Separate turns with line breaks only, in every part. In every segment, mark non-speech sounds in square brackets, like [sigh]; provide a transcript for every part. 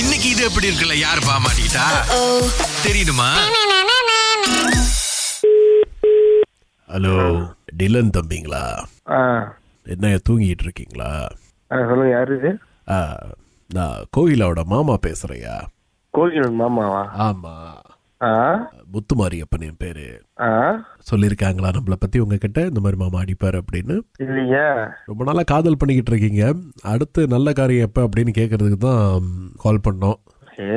இன்னைக்கு இது எப்படி இருக்குல்ல யார் பாமாட்டா தெரியுமா
ஹலோ டிலன் தம்பிங்களா
ஆ
என்ன தூங்கிட்டு இருக்கீங்களா
ஆ சொல்லுங்க யாரு இது
ஆ, நான் கோயிலாவோட மாமா பேசுறையா
கோகிலன் மாமாவா
ஆமா
ஆ
முத்துமாரியப்பன் என் பேரு
ஆ
சொல்லியிருக்காங்களா நம்மளை பத்தி உங்ககிட்ட இந்த மாதிரி மாமா அடிப்பார் அப்படின்னு
இல்லைங்க
ரொம்ப நாளா காதல் பண்ணிக்கிட்டு இருக்கீங்க அடுத்து நல்ல காரியம் எப்ப அப்படின்னு கேட்கறதுக்கு தான் கால் பண்ணோம்
ஏ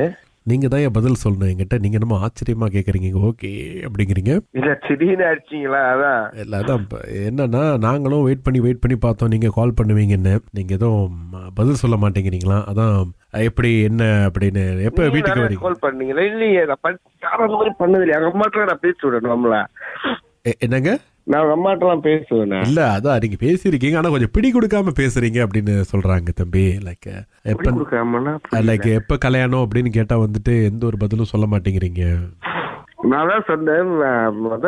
நீங்க தான் என் பதில் சொல்லணும் என்கிட்ட நீங்க என்னமோ ஆச்சரியமா கேட்குறீங்க ஓகே அப்படிங்கிறீங்க
இல்ல திடீர்னு அடிச்சிங்களா அதான்
இல்லை அதான் இப்போ என்னன்னா நாங்களும் வெயிட் பண்ணி வெயிட் பண்ணி பார்த்தோம் நீங்கள் கால் பண்ணுவீங்கன்னு நீங்கள் எதுவும் பதில் சொல்ல மாட்டேங்கிறீங்களா அதான் எப்படி என்ன அப்படின்னு எப்போ வீட்டுக்கு வரீங்க
கால் பண்ணீங்களா இல்லையே நான் பண்- யாரும் அந்த மாதிரி பண்ணது இல்லையா எங்க அம்மாட்டெல்லாம் நான் பேசுவேன் நம்மள
எ- என்னங்க
நான் எங்க அம்மாட்டெல்லாம் பேசுவேன்
இல்லை அதான் நீங்கள் பேசியிருக்கீங்க ஆனால் கொஞ்சம் பிடி கொடுக்காம பேசுறீங்க அப்படின்னு சொல்கிறாங்க தம்பி லைக்
எப்படி
எப்போ
கொடுக்காமன்னா
லைக் எப்போ கல்யாணம் அப்படின்னு கேட்டால் வந்துட்டு எந்த ஒரு பதிலும் சொல்ல மாட்டேங்கிறீங்க
நான் தான் சொன்னேன் நான் முத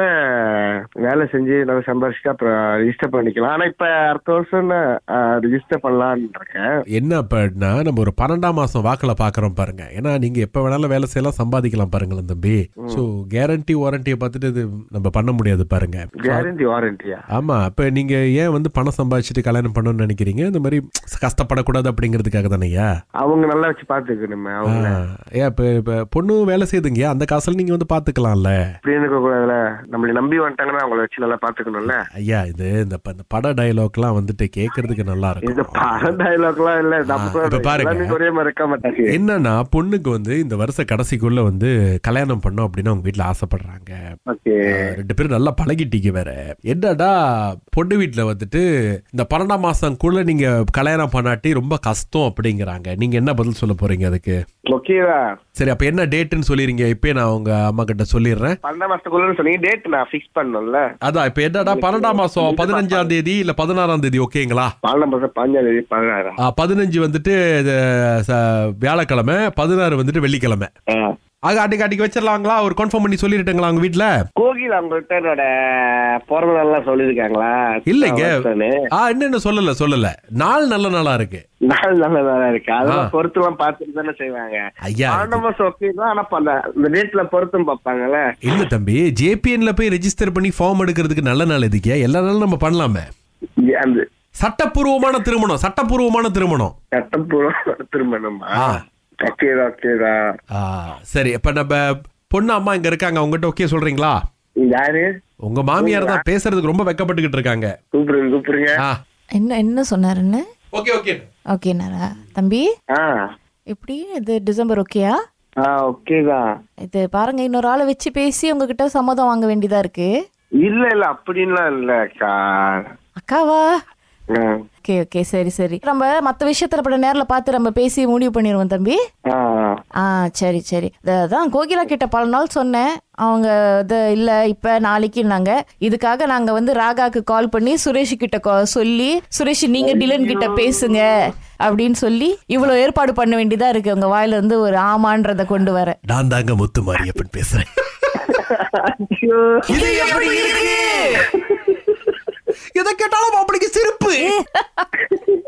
வேலை செஞ்சு நல்லா சம்பாரிச்சுட்டு அப்புறம் ரிஜிஸ்டர் பண்ணிக்கலாம் ஆனா இப்ப அடுத்த வருஷம் நான் ரிஜிஸ்டர் பண்ணலான்னு இருக்கேன்
என்ன அப்படின்னா நம்ம ஒரு பன்னெண்டாம் மாதம் வாக்கில் பார்க்குறோம் பாருங்க ஏன்னா நீங்கள் எப்போ வேணாலும் வேலை செய்யலாம் சம்பாதிக்கலாம் பாருங்களேன் தம்பி ஸோ கேரண்டி வாரண்டியை பார்த்துட்டு இது நம்ம பண்ண முடியாது பாருங்க
கேரண்டி வாரண்டியா
ஆமா இப்ப நீங்க ஏன் வந்து பணம் சம்பாதிச்சுட்டு கல்யாணம் பண்ணணும்னு நினைக்கிறீங்க இந்த மாதிரி கஷ்டப்படக்கூடாது அப்படிங்கிறதுக்காக தானேயா
அவங்க நல்லா வச்சு பாத்துக்கணுமே
ஆ,
அவங்க
ஏன் இப்ப இப்ப பொண்ணு வேலை செய்யுதுங்க அந்த காசுல நீங்க வந்து பாத்துக்கலாம்ல
அப்படின்னு இருக்க கூடாதுல நம்மளை நம்பி வந்துட்டாங்கன்னா அவங்கள வச்சு நல்லா பாத்துக்கணும்ல
ஐயா இது இந்த ப- இந்த பட டயலாக்லாம் வந்துட்டு கேட்கறதுக்கு நல்லா
இந்த
இருக்கும்
படம் dialogue எல்லாம் இல்ல
ஆ, இப்ப
நம்ம
பாருங்க.
எல்லாமே ஒரே மாதிரி இருக்க மாட்டாங்க
என்னன்னா பொண்ணுக்கு வந்து இந்த வருஷ கடைசிக்குள்ள வந்து கல்யாணம் பண்ணோம் அப்படின்னு அவங்க வீட்டுல ஆசைப்படுறாங்க
ஓகே
ரெண்டு பேரும் நல்லா பழகிட்டீங்க வேற என்னடா பொண்ணு வீட்டுல வந்துட்டு இந்த பன்னெண்டாம் மாசம் கூட நீங்க கல்யாணம் பண்ணாட்டி ரொம்ப கஷ்டம் அப்படிங்கிறாங்க நீங்க என்ன பதில் சொல்ல போறீங்க அதுக்கு
ஓகேவா
சரி அப்ப என்ன டேட்டுன்னு சொல்லிருங்க இப்பயே நான் உங்க அம்மா கிட்ட சொல்லிடுறேன்
பன்னெண்டாம் மாசத்துக்குள்ள சொன்னீங்க டேட் நான் ஃபிக்ஸ் பண்ணோம்ல
அதான் இப்ப என்னடா பன்னெண்டாம் மாசம் பதினஞ்சாம் தேதி இல்ல பதினாறாம் தேதி ஓகேங்களா
பன்னெண்டாம் மாசம் பதினஞ்சாம் தேதி பதினாறா
ஆ, பதினஞ்சு வந்துட்டு இது, ச- வியாழக்கிழமை பதினாறு வந்துட்டு வெள்ளிக்கிழமை ஆக அன்னைக்கு அன்னைக்கு வச்சிடலாங்களா ஒரு கன்ஃபார்ம் பண்ணி சொல்லிட்டுங்களா உங்க வீட்டுல
கோகில் அவங்கள்ட்ட என்னோட பிறந்த நாள்லாம் சொல்லியிருக்காங்களா
இல்லைங்க.
நான் வரட்டும்னு.
ஆ இன்னும் சொல்லல சொல்லல நாள் நல்ல நாளா இருக்கு
நாள் நல்ல நாளா இருக்கு அதெல்லாம் பொருத்தெல்லாம் பார்த்துட்டு தானே செய்வாங்க
ஐயா
பன்னெண்டாம் மாசம் ஓகே தான் ஆனா பண்ண இந்த டேட்ல பொருத்தம் பார்ப்பாங்கல்ல
இல்ல தம்பி ஜேபிஎன்ல போய் ரெஜிஸ்டர் பண்ணி ஃபார்ம் எடுக்கிறதுக்கு நல்ல நாள் எதுக்கே எல்லா நாளும் நம்ம பண்ணலாமே
அந்த
சட்டப்பூர்வமான திருமணம் சட்டப்பூர்வமான திருமணம்
[laughs] சட்டப்பூர்வம் திருமணமா
ஆ.
ஓகேடா ஓகேடா
ஆ, சரி இப்ப நம்ம பொண்ணு அம்மா இங்க இருக்காங்க உங்ககிட்ட ஓகே சொல்றீங்களா
யாரு
உங்க மாமியார் தான் பேசுறதுக்கு ரொம்ப வெக்கப்பட்டுக்கிட்டு இருக்காங்க
கூப்பிடுங்க கூப்பிடுங்க
ஆ
என்ன என்ன சொன்னாருன்னு
ஓகே ஓகே
ஓகே தம்பி
ஆ
எப்படி இது டிசம்பர் ஓகேயா
ஆ ஓகேதா
இது பாருங்க இன்னொரு ஆளை வச்சு பேசி உங்ககிட்ட சம்மதம் வாங்க வேண்டியதா இருக்கு
இல்ல இல்ல அப்படின்லாம் இல்ல அக்கா
அக்காவா
ஆ.
ஓகே ஓகே சரி சரி நம்ம மற்ற விஷயத்துல பட நேர்ல பார்த்து நம்ம பேசி முடிவு பண்ணிடுவோம் தம்பி
ஆ
ஆ சரி சரி இது அதான் கோகிலா கிட்ட பல நாள் சொன்னேன் அவங்க இது இல்லை இப்போ நாளைக்குன்னாங்க இதுக்காக நாங்கள் வந்து ராகாக்கு கால் பண்ணி சுரேஷ் கிட்ட call சொல்லி சுரேஷ் நீங்கள் டிலன் கிட்ட பேசுங்க அப்படின்னு சொல்லி இவ்வளோ ஏற்பாடு பண்ண வேண்டியதாக இருக்கு உங்கள் வாயிலிருந்து ஒரு ஆமான்றதை கொண்டு வர
நான் தாங்க முத்து மாரியப்பன் பேசுறேன்
ஐயோ.
இது எப்படி இருக்கு எதை கேட்டாலும் அப்படிக்கு சிரிப்பு